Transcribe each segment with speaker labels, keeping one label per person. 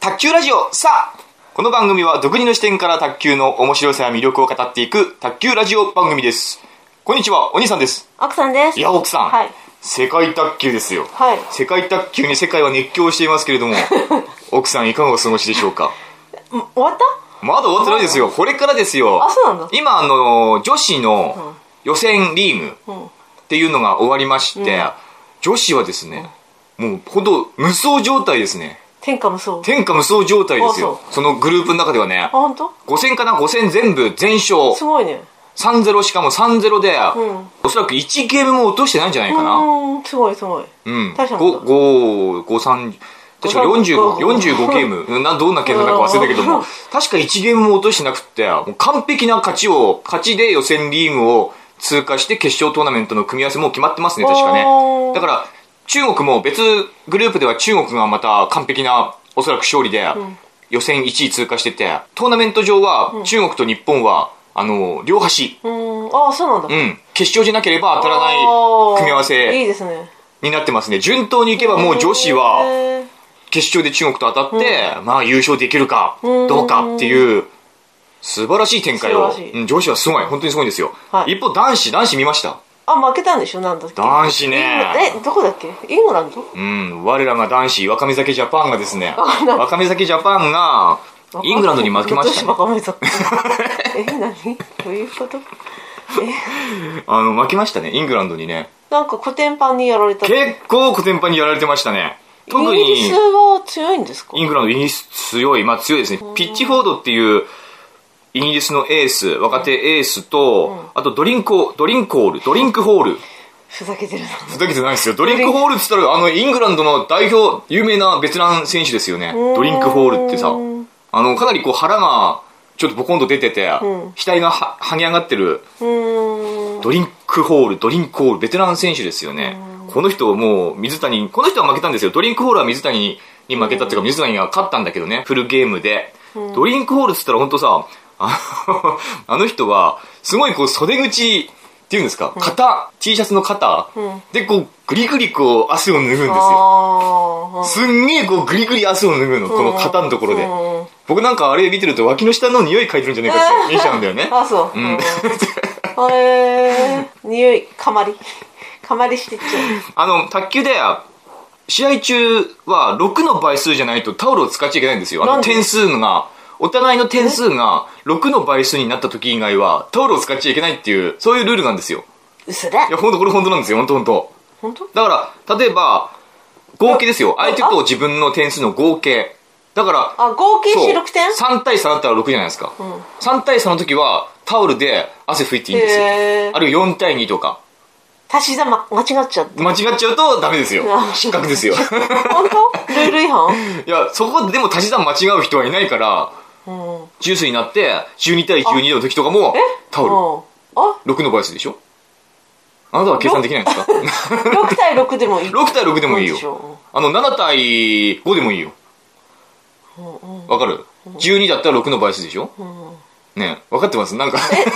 Speaker 1: 卓球ラジオさあこの番組は独自の視点から卓球の面白さや魅力を語っていく卓球ラジオ番組ですこんにちはお兄さんです
Speaker 2: 奥さんです
Speaker 1: いや奥さん、
Speaker 2: はい
Speaker 1: 世界卓球ですよ、
Speaker 2: はい
Speaker 1: 世界卓球に世界は熱狂していますけれ ども奥さんいかがお過ごしでしょうか
Speaker 2: ん終わった
Speaker 1: まだ終わってないですよこれからですよ
Speaker 2: あそうなんだ
Speaker 1: 今あの女子の予選リーグっていうのが終わりまして、女子はですね、もうほど無双状態ですね
Speaker 2: 天下無双あ
Speaker 1: 天下無双状態です
Speaker 2: あ
Speaker 1: よ
Speaker 2: そ
Speaker 1: そのグループの中ではね
Speaker 2: 本当？
Speaker 1: 5戦かな5戦全部全勝
Speaker 2: すごいね
Speaker 1: 3-0しかも3-0で、
Speaker 2: うん
Speaker 1: おそらく1ゲームも落としてないんじゃないうかな
Speaker 2: ーんすごいすごい
Speaker 1: うん
Speaker 2: 大したもんだ
Speaker 1: 5 5 3確か45
Speaker 2: 45
Speaker 1: 45ゲームうんなどんなゲームだか忘れたけども確か1ゲームも落としてなくってもう完璧な勝ちを勝ちで予選リーグを通過して決勝トーナメントの組み合わせもう決まってますね確か
Speaker 2: お
Speaker 1: ね
Speaker 2: ー
Speaker 1: だから中国も別グループでは中国がまた完璧なおそらく勝利で予選1位通過しててトーナメント上は中国と日本はあの両端
Speaker 2: うーんああそうなんだ
Speaker 1: うん決勝じゃなければ当たらない
Speaker 2: あー
Speaker 1: 組み合わせ
Speaker 2: いいですね
Speaker 1: になってますね順当にいけばもう女子は
Speaker 2: へー
Speaker 1: 決勝で中国と当たって、まあ優勝できるか
Speaker 2: うん
Speaker 1: どうかっていう素晴らしい展開を
Speaker 2: 素晴らしい
Speaker 1: うん女子はすごい本当にすごいんですよ、
Speaker 2: はい
Speaker 1: 一方男子男子見ました
Speaker 2: あ負けたんでしょなんだっけ
Speaker 1: 男子ね
Speaker 2: えどこだっけイングランド
Speaker 1: うん我らが男子若見酒ジャパンがですね
Speaker 2: あなんか
Speaker 1: 若見酒ジャパンがイングランドに負けました、
Speaker 2: 女
Speaker 1: ね
Speaker 2: 子、ばっかりだ え何どういうことえ
Speaker 1: あの負けましたねイングランドにね
Speaker 2: なんか古典版にやられた
Speaker 1: 結構古典版にやられてましたね特
Speaker 2: イギリ
Speaker 1: に
Speaker 2: スは強いんですか
Speaker 1: イングランド、イギリス強い、まあ強いですね。ピッチフォードっていう、イギリスのエース、若手エースと、あとドリンク、ドリンクホール、ドリンクホール。
Speaker 2: ふざけてるな
Speaker 1: ふざけてないですよ。ドリンクホールって言ったら、あの、イングランドの代表、有名なベテラン選手ですよね。
Speaker 2: ん
Speaker 1: ドリンクホールってさ
Speaker 2: うん、
Speaker 1: あの、かなりこう腹が、ちょっとボコンと出てて、
Speaker 2: うん
Speaker 1: 額がは、はげ上がってる、
Speaker 2: うーん
Speaker 1: ドリンクホール、ドリンクホール、ベテラン選手ですよね。この人もう水谷に、この人は負けたんですよ。ドリンクホールは水谷に負けたっていうか、水谷が勝ったんだけどね、フルゲームで。ドリンクホールっつったら本当さ、あの あの人は、すごいこう袖口、っていうんですか肩、T シャツの肩、
Speaker 2: ん
Speaker 1: でこうグリグリこう汗を脱ぐんですよ
Speaker 2: あ
Speaker 1: すんげえこうグリグリ汗を脱ぐのこの肩のところで、
Speaker 2: うんうん
Speaker 1: 僕なんかあれ見てると脇の下の匂い嗅いでるんじゃないかって見ちゃうんだ よね
Speaker 2: ああそう、うん、へえ匂いかまりかまりしてっちゃう
Speaker 1: あの、卓球で、試合中は6の倍数じゃないとタオルを使っちゃいけないんですよ。あ
Speaker 2: な
Speaker 1: の
Speaker 2: んで
Speaker 1: 点数が、お互いの点数が6の倍数になった時以外はタオルを使っちゃいけないっていう、そういうルールなんですよ。
Speaker 2: 嘘だ
Speaker 1: いや、ほんと、これ本当なんですよ。ほんとほんと。
Speaker 2: 本当
Speaker 1: だから、例えば、合計ですよ。相手と自分の点数の合計。だから、
Speaker 2: あ合計して6点
Speaker 1: そう3対3だったら6じゃないですか、
Speaker 2: ん
Speaker 1: 3対3の時はタオルで汗拭いていいんですよ、
Speaker 2: へー
Speaker 1: あるいは4対2とか
Speaker 2: 足し算ま間違っちゃった
Speaker 1: 間違っちゃうとダメですよ
Speaker 2: あ
Speaker 1: 失格 ですよ
Speaker 2: 本当ルール違反
Speaker 1: いや、そこでも足し算間違う人はいないから、
Speaker 2: うん
Speaker 1: ジュースになって、12対12の時とかも
Speaker 2: え、
Speaker 1: タオ
Speaker 2: ルあ
Speaker 1: ル、6の倍数でしょあなたは計算できないんですか
Speaker 2: 6対6でもいい
Speaker 1: ?6 対6でもいい
Speaker 2: そうでしょ
Speaker 1: よ。あの、7対5でもいいよ。わかる ?12 だったら6の倍数でしょねえ、わかってますなんか、
Speaker 2: え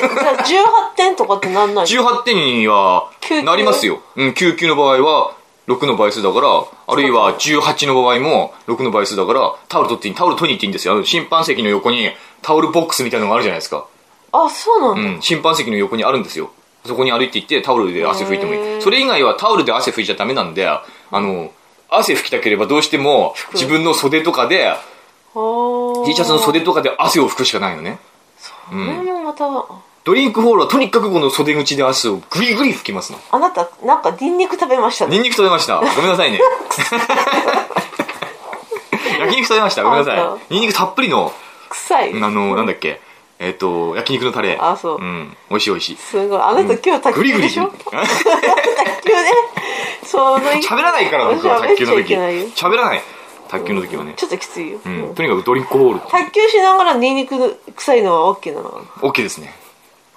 Speaker 2: じゃあ18点とかってなんない
Speaker 1: 18点には
Speaker 2: 救急
Speaker 1: なりますよ。うん、救急の場合は、6の倍数だから、あるいは18の場合も6の倍数だから、タオル取っていい、タオル取りに行っていいんですよ。あの、審判席の横にタオルボックスみたいなのがあるじゃないですか。
Speaker 2: あそうなんだ、
Speaker 1: うん、審判席の横にあるんですよそこに歩いていってタオルで汗拭いてもいいそれ以外はタオルで汗拭いちゃダメなんであの汗拭きたければどうしても自分の袖とかで
Speaker 2: あー
Speaker 1: T シャツの袖とかで汗を拭くしかないのね
Speaker 2: これもまた
Speaker 1: ドリンクホールはとにかくこの袖口で汗をグリグリ拭きますの
Speaker 2: あなたなんかニンニク食べましたね
Speaker 1: ニンニク取れましたごめんな さいね焼肉取れましたごめんなさ
Speaker 2: あ
Speaker 1: いニンニクたっぷりの
Speaker 2: 臭い
Speaker 1: あのなんだっけえっ、と焼肉のタレ、
Speaker 2: あそうん
Speaker 1: 美味しい美味しい
Speaker 2: すごいあなた今日
Speaker 1: グ
Speaker 2: 卓
Speaker 1: リ
Speaker 2: 球
Speaker 1: グ
Speaker 2: で
Speaker 1: リ
Speaker 2: しょ卓球ねその
Speaker 1: 喋らないから僕は卓球の
Speaker 2: 喋っ
Speaker 1: 時
Speaker 2: ちゃいけないよ
Speaker 1: 喋らない卓球の時はね、
Speaker 2: ちょっときついよ、
Speaker 1: うん、とにかくドリンクホール
Speaker 2: 卓球しながらニンニク臭いのは OK なのかな
Speaker 1: OK ですね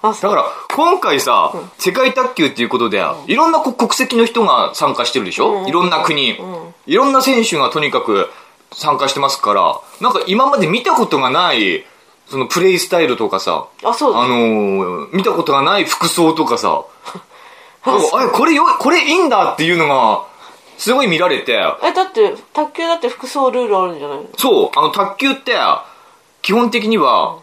Speaker 2: あそ
Speaker 1: だ
Speaker 2: う
Speaker 1: から今回さ、世界卓球っていうことでいろんなこう国籍の人が参加してるでしょ、いろんな国、いろんな選手がとにかく参加してますからなんか今まで見たことがないそのプレイスタイルとかさ
Speaker 2: あそうだ
Speaker 1: あのー見たことが ない服装とかさなんかあれこれよこれいいんだっていうのがすごい見られて、
Speaker 2: えだって卓球だって服装ルールあるんじゃないの
Speaker 1: そう、あの、卓球って、基本的には、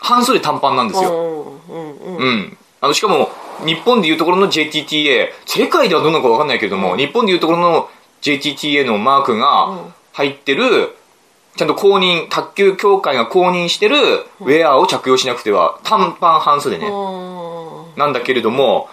Speaker 1: 半袖短パンなんですよ。
Speaker 2: うんうんうんうん
Speaker 1: うん。あの、しかも、日本でいうところの JTTA、世界ではどうなのかわかんないけれども、日本でいうところの JTTA のマークが入ってる、ちゃんと公認、卓球協会が公認してるウェアを着用しなくては、短パン半袖ね。
Speaker 2: うん
Speaker 1: なんだけれども、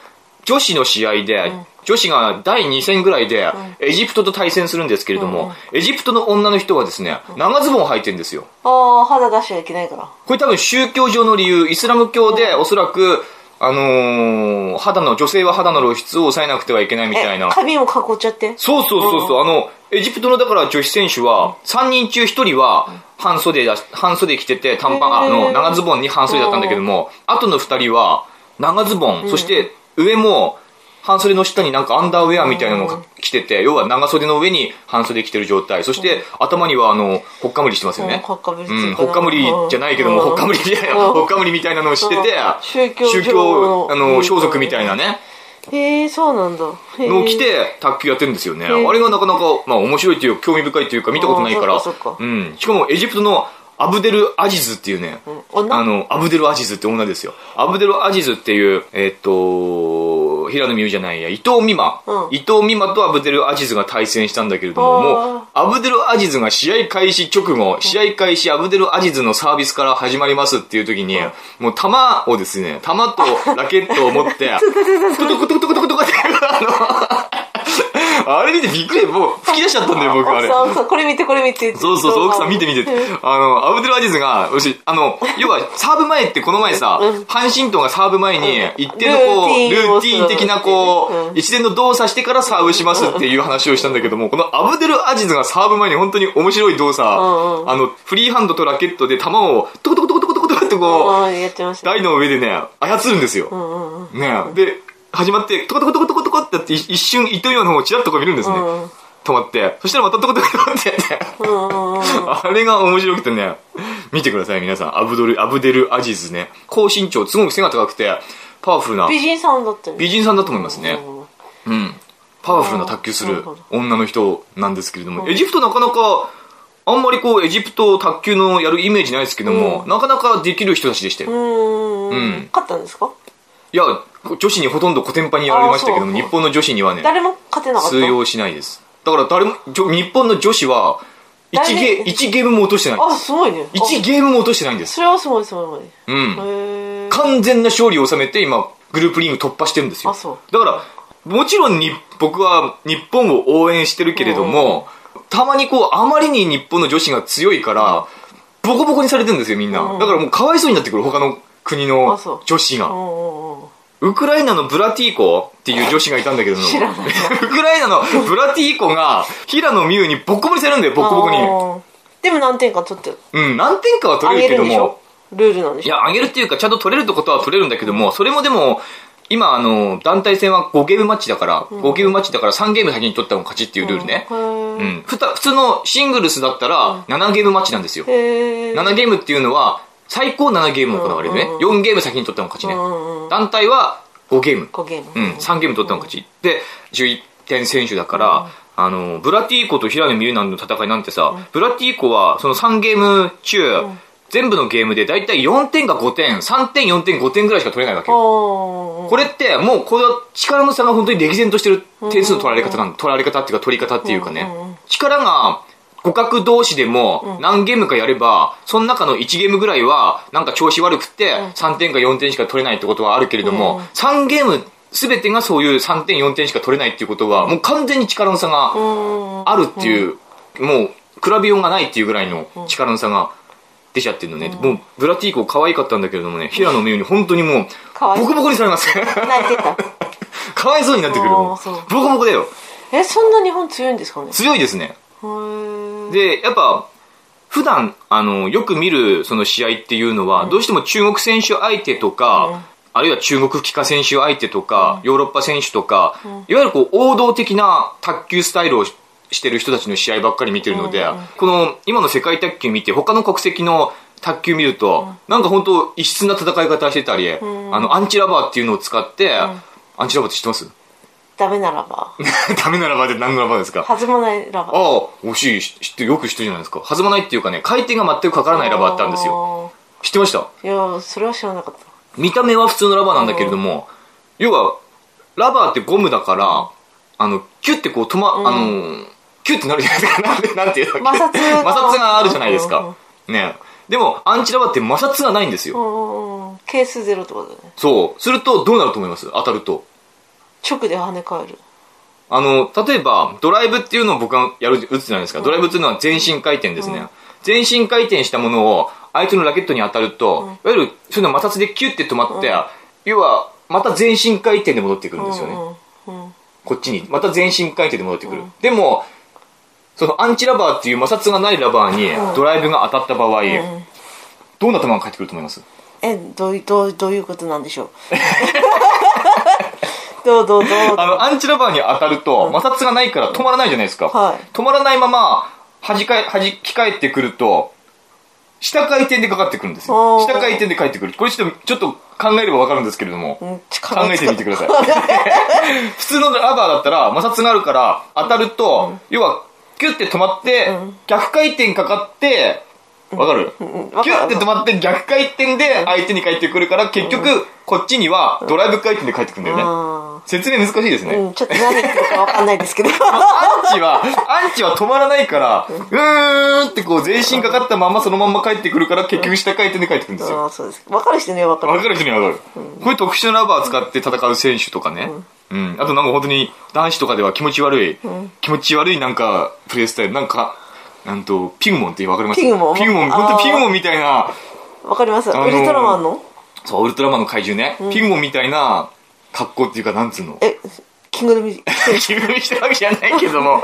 Speaker 1: 女子の試合で、女子が第2戦ぐらいで、エジプトと対戦するんですけれども、エジプトの女の人はですね、長ズボンを履いてるんですよ。
Speaker 2: ああ肌出しちゃいけないから
Speaker 1: これ多分宗教上の理由、イスラム教でおそらく、あのー肌の、女性は肌の露出を抑えなくてはいけないみたいな。
Speaker 2: 髪も囲っちゃって
Speaker 1: そうそうそうそう、あの、エジプトのだから女子選手は、3人中1人は、半袖だし、半袖着てて、短パン、あ
Speaker 2: へー
Speaker 1: の、長ズボンに半袖だったんだけども、後の2人は、長ズボン、そして上も、半袖の下になんかアンダーウェアみたいなのが着てて、要は長袖の上に半袖着てる状態、そして頭にはあの、ほっかむりしてますよ
Speaker 2: うん
Speaker 1: ね。
Speaker 2: ほっかむりつ
Speaker 1: う
Speaker 2: い
Speaker 1: ん、
Speaker 2: てた
Speaker 1: ほっかむりじゃないけども、
Speaker 2: うん
Speaker 1: ほっかむりじゃない、
Speaker 2: うん
Speaker 1: ほっかむりみたいなのをしてて
Speaker 2: うん、宗教
Speaker 1: 宗
Speaker 2: 上
Speaker 1: 教、あ
Speaker 2: う
Speaker 1: の、
Speaker 2: ん
Speaker 1: 装束みたいなね、
Speaker 2: へえそうなんだへえ
Speaker 1: のを着て卓球やってるんですよね。あ
Speaker 2: ー
Speaker 1: れがなかなか、まあ面白いというか興味深いというか見たことないか
Speaker 2: あ
Speaker 1: ら
Speaker 2: ーそっかそっ、か
Speaker 1: うん。しかもエジプトのアブデル・アジズっていうね、
Speaker 2: 女
Speaker 1: あの、アブデル・アジズって女ですよ。アブデル・アジズっていう、えーっと、平野美宇じゃないや、伊藤美誠、
Speaker 2: うん
Speaker 1: 伊藤美誠とアブデル・アジズが対戦したんだけれども、
Speaker 2: あー
Speaker 1: もう、アブデル・アジズが試合開始直後、試合開始、アブデル・アジズのサービスから始まりますっていう時に、もう弾をですね、弾とラケットを持って、トコトコトコトコトコトコって、あの、あれ見てびっくり、もう吹き出しちゃったんだよ、僕あ
Speaker 2: 奥
Speaker 1: れ。
Speaker 2: さん奥さんこれ見てこれ見てって
Speaker 1: そうそうそう、奥さん見て見てって
Speaker 2: うん。
Speaker 1: あの、アブデルアジズが、うち、あの、要は、サーブ前ってこの前さ、
Speaker 2: うん
Speaker 1: 阪神党がサーブ前に、一定のこう、
Speaker 2: ルーティン
Speaker 1: ル
Speaker 2: を
Speaker 1: ーティン的なこ
Speaker 2: うん
Speaker 1: う、一連の動作してからサーブしますっていう話をしたんだけども、このアブデルアジズがサーブ前に本当に面白い動作、
Speaker 2: んうん
Speaker 1: あの、フリーハンドとラケットで球を、トコトコトコトコトコトコってこう、
Speaker 2: ああやってました
Speaker 1: 台の上でね、操るんですよ。
Speaker 2: うんうんうん
Speaker 1: ねで、始まって、トコトコトコトコトコってやって、一瞬、糸魚の方をチラッとこう見るんですね。
Speaker 2: うんうん
Speaker 1: 止まって、そしたらまたトコトコトコってやって。
Speaker 2: うんうんうん
Speaker 1: あれが面白くてね、見てください、皆さん。アブドル、アブデル・アジズね。高身長、すごく背が高くて、パワフルな、
Speaker 2: 美人さんだったよね
Speaker 1: 美人さんだと思いますね。うん。パワフルな卓球す
Speaker 2: な
Speaker 1: る
Speaker 2: るほど
Speaker 1: 女の人なんですけれども、エジプトなかなか、あんまりこう、エジプト卓球のやるイメージないですけども、なかなかできる人たちでしたよ。
Speaker 2: うんうんうん
Speaker 1: うん
Speaker 2: 勝ったんですか
Speaker 1: いや、女子にほとんどコテンパンにやられましたけども、
Speaker 2: あそう
Speaker 1: 日本の女子にはね、
Speaker 2: 誰も勝てなかった
Speaker 1: 通用しないです。だから誰も、じょ日本の女子は、1ゲ
Speaker 2: 誰
Speaker 1: 一ゲームも落としてないんで
Speaker 2: あ
Speaker 1: す。
Speaker 2: すごいね
Speaker 1: 1
Speaker 2: あ
Speaker 1: ゲームも落としてないんです。
Speaker 2: それはすごいすごいす
Speaker 1: うん。
Speaker 2: ごいへえ
Speaker 1: 完全な勝利を収めて今グループリーグ突破してるんですよ
Speaker 2: あそう
Speaker 1: だからもちろんに僕は日本を応援してるけれども、たまにこうあまりに日本の女子が強いから、ボコボコにされてるんですよみんな、
Speaker 2: ん
Speaker 1: だからもうかわいそうになってくる他の国の
Speaker 2: あそう
Speaker 1: 女子
Speaker 2: う
Speaker 1: が
Speaker 2: んうんうん
Speaker 1: ウクライナのブラティーコっていう女子がいたんだけども
Speaker 2: 知らない
Speaker 1: ウクライナのブラティーコが平野美宇にボッコボコにされるんだよボッコボコに
Speaker 2: あーでも何点か取って
Speaker 1: うん何点かは
Speaker 2: あ
Speaker 1: 取れ
Speaker 2: げ
Speaker 1: るけど
Speaker 2: るんでし
Speaker 1: も
Speaker 2: ょルールなんで
Speaker 1: い
Speaker 2: しょ
Speaker 1: や、上げるっていうか、ちゃんと取れるってことは取れるんだけども、それもでも、今、あの、団体戦は5ゲームマッチだから、5ゲームマッチだから3ゲーム先に取った方が勝ちっていうルールね
Speaker 2: へ。
Speaker 1: う
Speaker 2: ー
Speaker 1: ん。ふた普通のシングルスだったら、7ゲームマッチなんですよ。
Speaker 2: へえ
Speaker 1: 7ゲームっていうのは、最高7ゲーム行われるね。4ゲーム先に取った方が勝ち
Speaker 2: うんう
Speaker 1: ね。団体は5ゲーム。
Speaker 2: 5ゲーム
Speaker 1: うん、3ゲーム取ったの勝ち。で、11点選手だから、あの、ブラティーコと平野美宇なんの戦いなんてさ、ブラティーコはその3ゲーム中、全部のゲームでだいたい4点か5点、3点、4点、5点ぐらいしか取れないわけよ。
Speaker 2: こ
Speaker 1: これってもうこれは力の差が本当に歴然としてる点数の取られ方なん取られ方っていうか取り方っていうか
Speaker 2: うんうんう
Speaker 1: ね力が互角同士でも何ゲームかやればその中の1ゲームぐらいはなんか調子悪くって3点か4点しか取れないってことはあるけれども
Speaker 2: うん
Speaker 1: 3ゲーム全てがそういう3点4点しか取れないっていうことはもう完全に力の差が
Speaker 2: うん
Speaker 1: あるっていうもう比べようがないっていうぐらいの力の差が出ちゃってるのねもうブラティーコ可愛かったんだけれどもね平野美宇に本当にもう
Speaker 2: 可愛い
Speaker 1: ボコボコにされます
Speaker 2: 泣いてた
Speaker 1: かわいそうになってくる
Speaker 2: あ
Speaker 1: も
Speaker 2: ー
Speaker 1: う
Speaker 2: そう
Speaker 1: ボコボコだよ
Speaker 2: えそんな日本強いんですかね
Speaker 1: 強いですね
Speaker 2: へー
Speaker 1: でやっぱ普段あのよく見るその試合っていうのは、どうしても中国選手相手とか、あるいは中国帰化選手相手とか、ヨーロッパ選手とか、いわゆるこう王道的な卓球スタイルをししてる人たちの試合ばっかり見てるので、この今の世界卓球見て他の国籍の卓球見ると、なんか本当異質な戦い方してたり、あのアンチラバーっていうのを使って、アンチラバーって知ってます
Speaker 2: ダメならば
Speaker 1: ダメならばで何ならばですか
Speaker 2: 弾まないら
Speaker 1: あ
Speaker 2: ば
Speaker 1: あ、惜しい、知って、よく知ってるじゃないですか。弾まないっていうかね、回転が全くかからないラバーあったんですよ。
Speaker 2: よ
Speaker 1: 知ってました
Speaker 2: いやそれは知らなかった
Speaker 1: 見た目は普通のラバーなんだけれども、要は、ラバーってゴムだから、あの、キュッてこう止ま、
Speaker 2: ん
Speaker 1: あの、キュッてなるじゃないですか。なんて、なんていうの
Speaker 2: 摩擦が
Speaker 1: 摩擦があるじゃないですか。ねでも、アンチラバーって摩擦がないんです
Speaker 2: う
Speaker 1: よ。
Speaker 2: んうんケースゼロってことだね
Speaker 1: そう。すると、どうなると思います当たると。
Speaker 2: 直で跳ね返る
Speaker 1: あの、例えば、ドライブっていうのを僕がやる、打つじゃないですか。ドライブっていうのは全身回転ですね。全身回転したものを、相手のラケットに当たると、いわゆる、そういうの摩擦でキュッて止まって、要は、また全身回転で戻ってくるんですよね。
Speaker 2: うんうんうん
Speaker 1: こっちに。また全身回転で戻ってくる。でも、そのアンチラバーっていう摩擦がないラバー
Speaker 2: う
Speaker 1: に
Speaker 2: ん
Speaker 1: ドライブが当たった場合、
Speaker 2: ん
Speaker 1: どんな球が返ってくると思います
Speaker 2: えどういどうどういうことなんでしょう どうどうどう
Speaker 1: あの、アンチラバーに当たると、摩擦がないから止まらないじゃないですか。
Speaker 2: はい
Speaker 1: 止まらないまま、弾かえ、弾き返ってくると、下回転でかかってくるんですよ。
Speaker 2: おー
Speaker 1: 下回転で返ってくる。これちょっと、ちょっと考えればわかるんですけれども、
Speaker 2: うんち
Speaker 1: 考えてみてください。普通のラバーだったら、摩擦があるから、当たると、要は、キュッて止まって、逆回転かかって、わかる、
Speaker 2: うんわかる
Speaker 1: キュッて止まって逆回転で相手に返ってくるから、結局、こっちにはドライブ回転で返ってくるんだよね。
Speaker 2: あ
Speaker 1: 説明難しいですね。
Speaker 2: ーうんちょっと何言ってるかわかんないで すけど
Speaker 1: アンチは、アンチは止まらないから、うーんってこう全身かかったままそのまんま帰ってくるから結局下回転で帰ってくるんですよ。
Speaker 2: あーそうです分かる人には分かる
Speaker 1: わかる人にはわかる。こういう特殊なラバー使って戦う選手とかね。うん。あとなんか本当に男子とかでは気持ち悪い、気持ち悪いなんかプレイスタイル、なんか、なんと、ピグモンってわかります
Speaker 2: ピグモン
Speaker 1: ピグモン、
Speaker 2: あー
Speaker 1: 本当ピグモンみたいな、
Speaker 2: わかります、
Speaker 1: のー
Speaker 2: ウルトラマンの
Speaker 1: そう、ウルトラマンの怪獣ね。ピグモンみたいな格好っていうか、なんつうの。
Speaker 2: えキングルミ
Speaker 1: 気分にしたわけじゃないけども、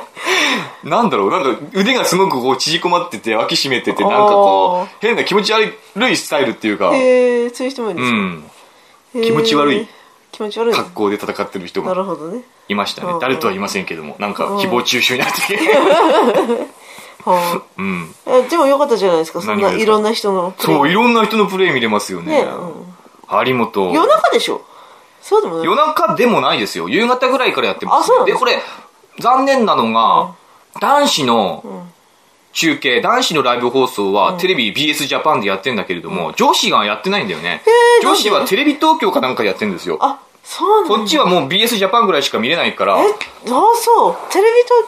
Speaker 1: なんだろう、なんか腕がすごくこう縮こまってて、脇締めてて、なんかこう、変な気持ち悪いスタイルっていうか、
Speaker 2: へえそういう人もいる
Speaker 1: う
Speaker 2: んですか、
Speaker 1: ん、
Speaker 2: へー
Speaker 1: 気持ち悪い
Speaker 2: 気持ち悪い
Speaker 1: 格好で戦ってる人
Speaker 2: な
Speaker 1: が
Speaker 2: るほどね
Speaker 1: いましたね
Speaker 2: うん。
Speaker 1: 誰とは言いませんけども、なんか
Speaker 2: うん
Speaker 1: 誹謗中傷になってて、
Speaker 2: は
Speaker 1: うん。
Speaker 2: あえでもよかったじゃないですかそん
Speaker 1: 何が
Speaker 2: な
Speaker 1: ですか
Speaker 2: いろんな人のプレー
Speaker 1: そう、いろんな人のプレイ見れますよね
Speaker 2: ねうん。
Speaker 1: 有本。
Speaker 2: 夜中でしょそうでもない
Speaker 1: 夜中でもないですよ。夕方ぐらいからやってま
Speaker 2: あ
Speaker 1: す
Speaker 2: そうなん
Speaker 1: で、
Speaker 2: です
Speaker 1: こ
Speaker 2: か
Speaker 1: れ、残念なのが、男子の中継、男子のライブ放送はテレビ BS ジャパンでやってんだけれども、女子がやってないんだよね。
Speaker 2: ー
Speaker 1: 女子
Speaker 2: な
Speaker 1: は
Speaker 2: んで
Speaker 1: テレビ東京かなんかでやってんですよ。
Speaker 2: あそうな
Speaker 1: そ
Speaker 2: ん
Speaker 1: っ
Speaker 2: だ
Speaker 1: ちはもう BS ジャパンぐらいしか見れないから、
Speaker 2: え
Speaker 1: だ
Speaker 2: ああそうテレビ東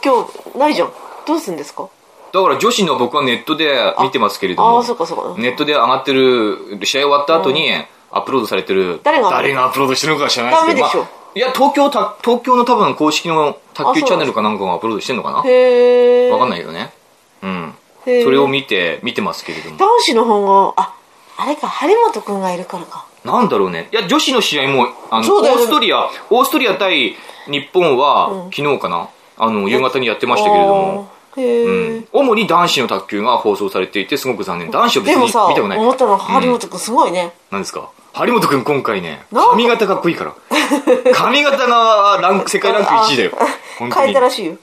Speaker 2: 京ないじゃんどうするんですか
Speaker 1: から女子の僕はネットで見てますけれど
Speaker 2: あ
Speaker 1: も
Speaker 2: あ、そうかそうか
Speaker 1: ネットで上がってる、試合終わった後にアップロードされてる、
Speaker 2: 誰が
Speaker 1: アップロードしてるのか知らないですけど、
Speaker 2: ダメでしょ
Speaker 1: まあいや、東京た、東京の多分公式の卓
Speaker 2: あそう
Speaker 1: 球チャンネルかなんかがアップロードしてんのかな
Speaker 2: へえ
Speaker 1: わかん
Speaker 2: な
Speaker 1: な
Speaker 2: い
Speaker 1: いけどね。うん。そ
Speaker 2: へー
Speaker 1: れを見て、見てますけれども。
Speaker 2: 男子の方がああれか張本君がいるからか
Speaker 1: なんだろうね。いや、女子の試合も、あの、
Speaker 2: そう
Speaker 1: オ
Speaker 2: だよ
Speaker 1: ー
Speaker 2: ね
Speaker 1: ストリア、オーストリア対日本は、昨日かなあの、夕方にやってましたけれども、
Speaker 2: あーへ
Speaker 1: う
Speaker 2: え、
Speaker 1: ん。主に男子の卓球が放送されていて、すごく残念。男子は別
Speaker 2: で
Speaker 1: に
Speaker 2: もさ
Speaker 1: 見たくない。
Speaker 2: 思ったのは張
Speaker 1: うん
Speaker 2: 本君すごいね、
Speaker 1: なんですか張本くん今回ね、
Speaker 2: なんか
Speaker 1: 髪型かっこいい から。髪型がランク、世界ランク1位だよ。本当
Speaker 2: 変え
Speaker 1: に
Speaker 2: た。らしいよ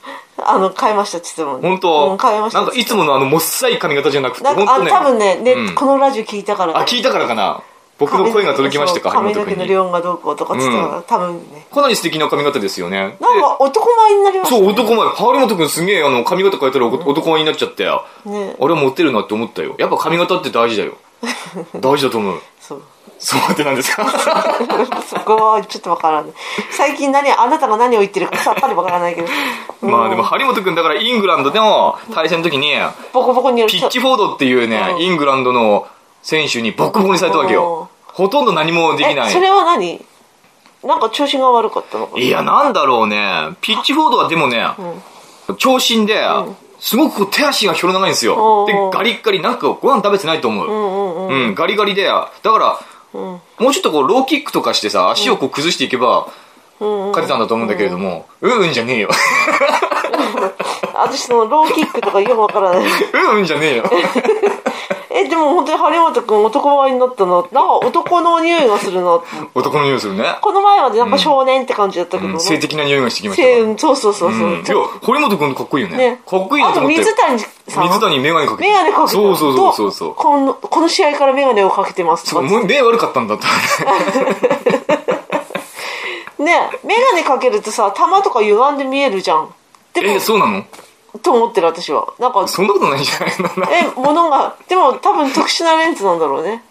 Speaker 2: あの変えましたって言ってたもん
Speaker 1: 本当、
Speaker 2: うん、変えました
Speaker 1: なんかいつものあの、もっさい髪型じゃなくて、
Speaker 2: なん
Speaker 1: 本
Speaker 2: か
Speaker 1: 当
Speaker 2: あ
Speaker 1: ね。
Speaker 2: 多分ねね、
Speaker 1: うん
Speaker 2: このラジオ聞いたから
Speaker 1: あ、聞いたからかな。僕の声が届きましたか、張
Speaker 2: 髪
Speaker 1: 本
Speaker 2: の
Speaker 1: く
Speaker 2: 毛
Speaker 1: ん
Speaker 2: の
Speaker 1: に。
Speaker 2: 量がどうこうとかっつってたから、多分ね
Speaker 1: かなり素敵な髪型ですよね。
Speaker 2: なんか男前になりま
Speaker 1: で
Speaker 2: し
Speaker 1: そ
Speaker 2: た
Speaker 1: う、男前。張本くんすげえ、あの、髪型変えたらお男前になっちゃって。あ
Speaker 2: ね
Speaker 1: れはモテるなって思ったよ。やっぱ髪型って大事だ よ。大事だと思う。
Speaker 2: そう
Speaker 1: そうってなんですか
Speaker 2: そこはちょっとわからない最近何あなたが何を言ってるかさっぱりわからないけど
Speaker 1: まあでも
Speaker 2: うん
Speaker 1: 張本くんだからイングランドでも対戦の時に、
Speaker 2: ボコボコにやる
Speaker 1: ピッチフォードっていうね
Speaker 2: う、ん
Speaker 1: イングランドの選手にボッコボコにされたわけよ。ほとんど何もできな
Speaker 2: えそ
Speaker 1: い。
Speaker 2: れは何なんか調子が悪かったのかない
Speaker 1: や、なんだろうね。ピッチフォードはでもね、長身で、すごくこう手足がひょろ長いんですよ。
Speaker 2: お
Speaker 1: で、
Speaker 2: ー
Speaker 1: ガリッガリ、なんかご飯食べてないと思
Speaker 2: う
Speaker 1: う。
Speaker 2: んうんうん
Speaker 1: うん、ガリガリで、だから、
Speaker 2: うん
Speaker 1: もうちょっとこう、ローキックとかしてさ、足をこう崩していけば、
Speaker 2: うんうん
Speaker 1: 勝てたんだと思うんだけれども、うんうんじゃねえよ。
Speaker 2: 私そのローキックとかよくわからない
Speaker 1: うんうんじゃねえよ。
Speaker 2: えでも本当に張本君男前になったななんか男の匂いがするなって
Speaker 1: 男の匂いするね。
Speaker 2: この前までなんか少年って感じだったけど、
Speaker 1: うん性的な匂いがしてきましたわ。
Speaker 2: せうんそうそうそう
Speaker 1: う
Speaker 2: そう、
Speaker 1: ん、いや、堀本くんかっこいいよね。
Speaker 2: ね
Speaker 1: かっこいいなと思って。
Speaker 2: あと水谷さん
Speaker 1: 水谷メガネかけて
Speaker 2: 眼鏡かけて
Speaker 1: そうそうそうそうそう
Speaker 2: とこのこの試合から眼鏡をかけてますと
Speaker 1: そう
Speaker 2: か
Speaker 1: もう目悪かったんだって
Speaker 2: ね眼鏡かけるとさ玉とか歪んで見えるじゃんでも
Speaker 1: え、そうなの
Speaker 2: と思ってる私はなんか
Speaker 1: そんなことないんじゃないの
Speaker 2: え物がでも多分特殊なレンズなんだろうね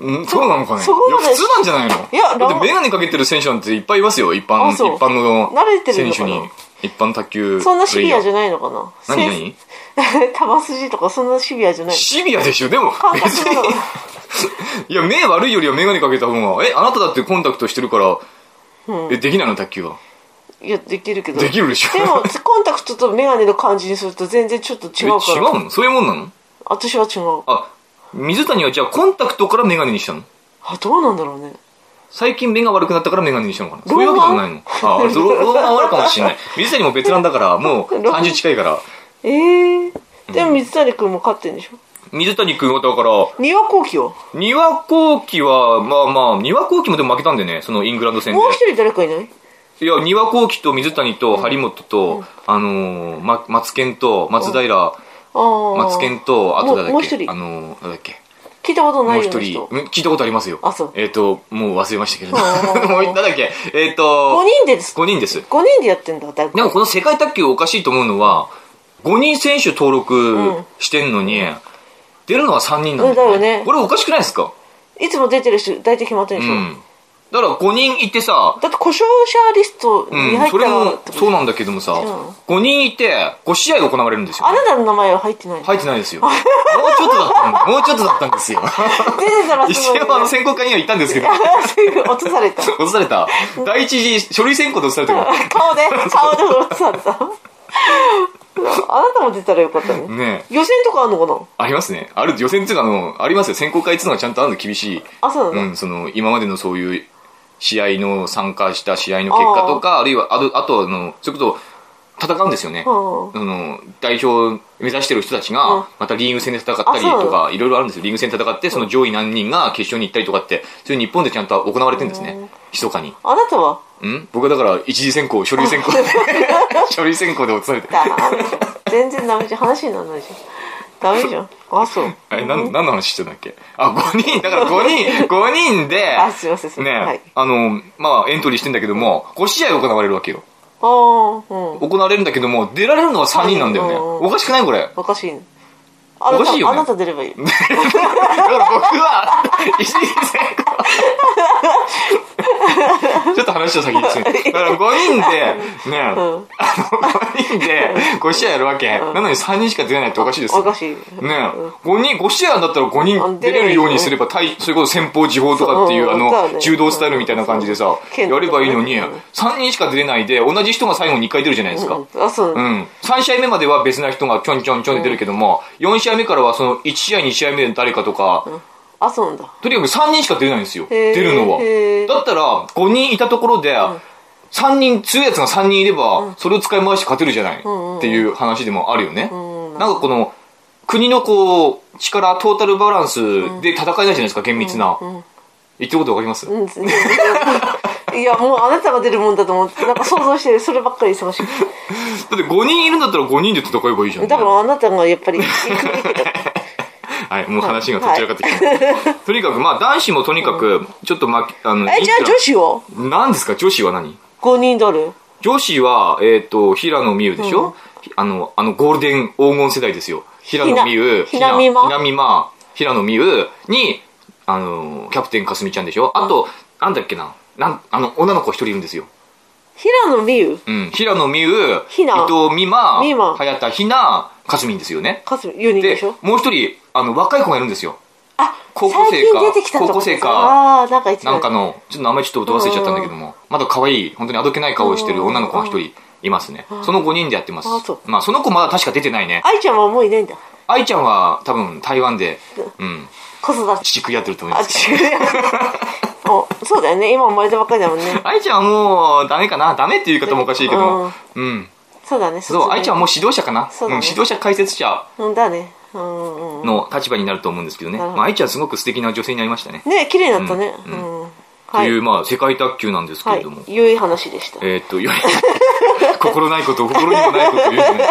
Speaker 1: うん そうなのかねい
Speaker 2: そこまで
Speaker 1: や普通なんじゃないの
Speaker 2: いや
Speaker 1: だって
Speaker 2: ラ
Speaker 1: 眼鏡かけてる選手なんていっぱいいますよ一般
Speaker 2: あ
Speaker 1: 一
Speaker 2: そう
Speaker 1: 般の
Speaker 2: 慣れてる
Speaker 1: 選
Speaker 2: のか
Speaker 1: 手
Speaker 2: な
Speaker 1: に一般卓球
Speaker 2: そんなシビアじ
Speaker 1: ゃ
Speaker 2: ゃないのかな
Speaker 1: 何何
Speaker 2: 何玉 筋とかそんなシビアじゃない
Speaker 1: シビアでしょで も
Speaker 2: 感
Speaker 1: 別
Speaker 2: 覚なの
Speaker 1: にいや目悪いよりは眼鏡かけた方がえあなただってコンタクトしてるから、えできないの卓球はい
Speaker 2: やできるけど
Speaker 1: できるでしょ
Speaker 2: でもコンタクトと眼鏡の感じにすると全然ちょっと
Speaker 1: え
Speaker 2: 違
Speaker 1: 違
Speaker 2: うから
Speaker 1: うのそういうもんなの
Speaker 2: 私は違う
Speaker 1: あ水谷はじゃあコンタクトから眼鏡にしたの
Speaker 2: あどうなんだろうね
Speaker 1: 最近目が悪くなったから眼鏡にしたのかな
Speaker 2: 老眼
Speaker 1: そういうわけじゃないのああ老老眼はあるかもしれない水谷もベテランだからもう
Speaker 2: 老眼
Speaker 1: 30近いから
Speaker 2: ええでも水谷君も勝ってんでしょ
Speaker 1: 水谷君はだから
Speaker 2: 丹羽幸喜は
Speaker 1: 丹羽幸喜はまあまあ丹羽幸喜もでも負けたんでねそのイングランド戦で
Speaker 2: もう一人誰かいない
Speaker 1: いや丹羽幸喜と水谷と張本と、あのーま、松健と松平
Speaker 2: ああ
Speaker 1: 松健とあと誰だ
Speaker 2: も
Speaker 1: っ
Speaker 2: う一
Speaker 1: け
Speaker 2: 人
Speaker 1: あのーなんだっけ
Speaker 2: 聞いたことな
Speaker 1: もう
Speaker 2: い
Speaker 1: 一
Speaker 2: よう
Speaker 1: 人
Speaker 2: な人
Speaker 1: うん聞いたことありますよ
Speaker 2: あそう
Speaker 1: えっ、ともう忘れましたけれど
Speaker 2: うん
Speaker 1: もうなんだっけえっ、と
Speaker 2: 5人でです
Speaker 1: 5人です
Speaker 2: 5人でやってんだだいぶ
Speaker 1: でもこの世界卓球おかしいと思うのは5人選手登録
Speaker 2: ん
Speaker 1: してんのに、出るのは3人なんだ
Speaker 2: うんだよね
Speaker 1: これおかしくないですか
Speaker 2: いつも出てる人大体決まってる
Speaker 1: う
Speaker 2: でしょ、
Speaker 1: んだから5人いてさ
Speaker 2: だって故障者リストに
Speaker 1: う
Speaker 2: 入
Speaker 1: ん、
Speaker 2: った
Speaker 1: それ
Speaker 2: ら、
Speaker 1: もそうなんだけどもさ、
Speaker 2: うん
Speaker 1: 5人いて5試合行われるんですよ
Speaker 2: あなたの名前は入ってない、
Speaker 1: 入ってないですよもうちょっとだった のもうちょっとだったんですよ
Speaker 2: 出てたら
Speaker 1: 一
Speaker 2: すごい、ね、
Speaker 1: 応あの選考会には行ったんですけど
Speaker 2: すぐ落とされた
Speaker 1: 落とされた第一次書類選考で落とされたか
Speaker 2: 顔で顔で落とされたあなたも出たらよかったね
Speaker 1: らねえ
Speaker 2: 予選とかあんのかな
Speaker 1: ありますねある予選っていうかあのありますよ選考会っていうのがちゃんとあるの厳しい
Speaker 2: あそうなの、
Speaker 1: うん、その今までのそういう試合の参加した試合の結果とかあるいはあとあとあのそういうこと戦うんですよね、
Speaker 2: う
Speaker 1: あ
Speaker 2: ん
Speaker 1: の代表目指してる人たちが
Speaker 2: うん
Speaker 1: またリーグ戦で戦ったり
Speaker 2: あそ
Speaker 1: と
Speaker 2: うな
Speaker 1: かいろいろあるんですよリーグ戦で戦ってその上位何人が決勝に行ったりとかってそういう日本でちゃんと行われてるんですね密かに
Speaker 2: あなたは
Speaker 1: うん僕はだから一次選考書類選 考で書類選考で落とされて
Speaker 2: ダメじゃん全然ダメじゃん話にならないじゃんダメじゃんあそう
Speaker 1: あれ何何の話してたんだっけあ5人だから5人五人で
Speaker 2: あすいませんすいま
Speaker 1: ね、
Speaker 2: せんはい
Speaker 1: あのまあエントリーしてんだけども5試合行われるわけよ
Speaker 2: ああうん
Speaker 1: 行われるんだけども出られるのは3人なんだよね
Speaker 2: うん
Speaker 1: おかしく ないこれだか
Speaker 2: おかしいねあなた
Speaker 1: おかしいよね
Speaker 2: あなた出ればいい
Speaker 1: ら僕は一時 ちょっと話を先に進めだから5人でね、あの5人で5試合やるわけ、なのに3人しか出れないっておかしいですよ
Speaker 2: おかしい
Speaker 1: ね五人、5試合だったら5
Speaker 2: あ
Speaker 1: 人出れるようにすれば、対それこそ先方、地方とかっていう、
Speaker 2: そ
Speaker 1: あ
Speaker 2: ううんそうだ
Speaker 1: の、
Speaker 2: ね
Speaker 1: 柔道スタイルみたいな感じでさ、や
Speaker 2: 剣道とか
Speaker 1: れば
Speaker 2: ね
Speaker 1: いいのに、
Speaker 2: うん
Speaker 1: 3人しか出れないで、同じ人が最後に1回出るじゃないですか。
Speaker 2: うんあそう
Speaker 1: う
Speaker 2: なの
Speaker 1: ん。3試合目までは別な人がちょんちょんちょんで出るけども、4試合目からはその1試合、2試合目で誰かとか、
Speaker 2: あそうなんだ
Speaker 1: とにかく3人しか出ないんですよ、
Speaker 2: へ
Speaker 1: 出
Speaker 2: ー
Speaker 1: るの
Speaker 2: へ
Speaker 1: は。
Speaker 2: ー
Speaker 1: だったら、5人いたところで、3人、強いやつが3人いれば、それを使い回して勝てるじゃない
Speaker 2: んうん
Speaker 1: っていう話でもあるよね。
Speaker 2: ん
Speaker 1: なんかこの、国のこう、力、トータルバランスで戦えないじゃないですか、厳密な。言ってることわかります
Speaker 2: うん全然いやもうあなたが出るもんだと思ってなんか想像してるそればっかり忙しい
Speaker 1: だって5人いるんだったら5人で戦えばいいじゃんね。
Speaker 2: だからあなたがや っぱり行くべきだ
Speaker 1: はい、もう話がとっちらかってきた。 とにかく、まあ男子もとにかく、ちょっとま、あの、
Speaker 2: えじゃあ女子は
Speaker 1: 子何ですか女子は何
Speaker 2: 5人誰
Speaker 1: 女子は、えっ、と、平野美宇でしょ、あの、あの、ゴールデン黄金世代ですよ。平野美宇、
Speaker 2: ひなひなみま
Speaker 1: ひなみま、平野美宇に、あの、キャプテンかすみちゃんでしょあと、なんだっけな、なん、あの、女の子一人いるんですよ。
Speaker 2: 平野美宇
Speaker 1: うん。平野美宇、伊
Speaker 2: ひな
Speaker 1: 藤美
Speaker 2: 美
Speaker 1: ま、
Speaker 2: 誠
Speaker 1: 早田ひな、かすみんですよね。
Speaker 2: かすみ4人で
Speaker 1: で
Speaker 2: しょ、
Speaker 1: もう一人、あの、若い子がいるんですよ。
Speaker 2: あ
Speaker 1: 高校生か
Speaker 2: 最近出てきたと
Speaker 1: 高校生か
Speaker 2: ああーなんか言ってた
Speaker 1: なんかの、ちょっと名前ちょっと忘れちゃったんだけども、まだ可愛い、本当にあどけない顔をしてる女の子が一人いますね。その5人でやってます
Speaker 2: あそう。
Speaker 1: まあ、その子まだ確か出てないね。
Speaker 2: 愛ちゃんはもういないんだ
Speaker 1: 愛ちゃんは多分台湾で、うん、
Speaker 2: 子育て
Speaker 1: 飼育やってると思い
Speaker 2: あ
Speaker 1: ます。
Speaker 2: 違 うもうそうだよね今生まれたばっかりだもんね
Speaker 1: 愛ちゃんはもうダメかなダメっていう言い方もおかしいけども、うん。
Speaker 2: そうだね
Speaker 1: そう、愛ちゃんはもう指導者かな
Speaker 2: そう
Speaker 1: うん
Speaker 2: だね
Speaker 1: 指導者解説者
Speaker 2: ううんだねうんうんうん
Speaker 1: の立場になると思うんですけどね。
Speaker 2: なるほど
Speaker 1: まあ、愛ちゃんすごく素敵な女性になりましたね。
Speaker 2: ね綺麗になったね
Speaker 1: う
Speaker 2: うんん、
Speaker 1: と
Speaker 2: はい
Speaker 1: いう、まあ、世界卓球なんですけ
Speaker 2: は
Speaker 1: れ
Speaker 2: い
Speaker 1: ども。
Speaker 2: 良い話でし た
Speaker 1: えーっと、より心ないこと、心にもないことを言うね。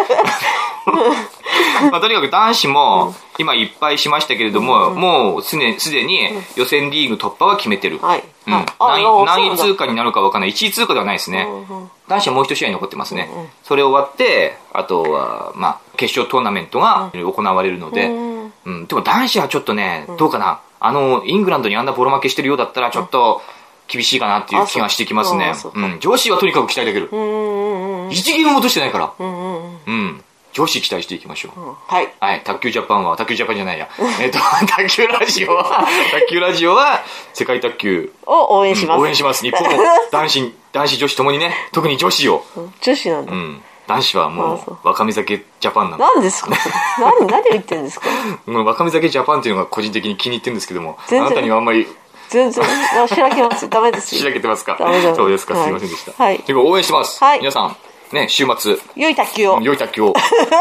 Speaker 1: まあ、とにかく男子も今いっぱいしましたけれども、もうすですでに予選リーグ突破は決めてる、
Speaker 2: はい。
Speaker 1: うん
Speaker 2: はい
Speaker 1: 何位何位
Speaker 2: そうなん
Speaker 1: 通過になるか分かんない1位通過ではないですね、
Speaker 2: うんうん
Speaker 1: 男子はもう一試合残ってますね、それ終わってあとは、まあ、決勝トーナメントが行われるので、
Speaker 2: うん
Speaker 1: うん、でも男子はちょっとね、どうかな、あの、イングランドにあんなボロ負けしてるようだったら、ちょっと厳しいかなっていう気がしてきますね
Speaker 2: あ。そう
Speaker 1: うん、女子はとにかく期待できる。
Speaker 2: うんうん
Speaker 1: 一ゲームも落としてないから、
Speaker 2: うんうんうん
Speaker 1: うん、女子期待していきましょう。
Speaker 2: うんはい。
Speaker 1: はい、卓球ジャパンは、卓球ジャパンじゃないや。えっと、 卓球ラジオ は、卓球ラジオは、世界卓球、
Speaker 2: を応援し
Speaker 1: うん
Speaker 2: ます。
Speaker 1: 応援します。日本、男子、男子女子ともにね、特に女子を。
Speaker 2: 女子なんだ
Speaker 1: う。ん、男子はも
Speaker 2: あそう
Speaker 1: う、若見酒ジャパンなの。
Speaker 2: 何ですか何、何を言ってんですか
Speaker 1: うん若見酒ジャパンっていうのが個人的に気に入ってるんですけども、あ
Speaker 2: 全然
Speaker 1: なたにはあんまり
Speaker 2: 全 然、あ開けます。ダメです
Speaker 1: しら
Speaker 2: よ。
Speaker 1: けてますか
Speaker 2: ダメだ
Speaker 1: そうですか、
Speaker 2: はい
Speaker 1: すいませんでした。
Speaker 2: はい
Speaker 1: ということで応援してます。
Speaker 2: はい
Speaker 1: 皆さん、ね、週末、
Speaker 2: 良い卓球を。
Speaker 1: 良い卓球を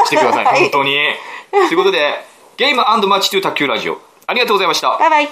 Speaker 1: してください、
Speaker 2: はい
Speaker 1: 本当に。ということで、ゲームマッチという卓球ラジオ、ありがとうございました。
Speaker 2: バイバイ。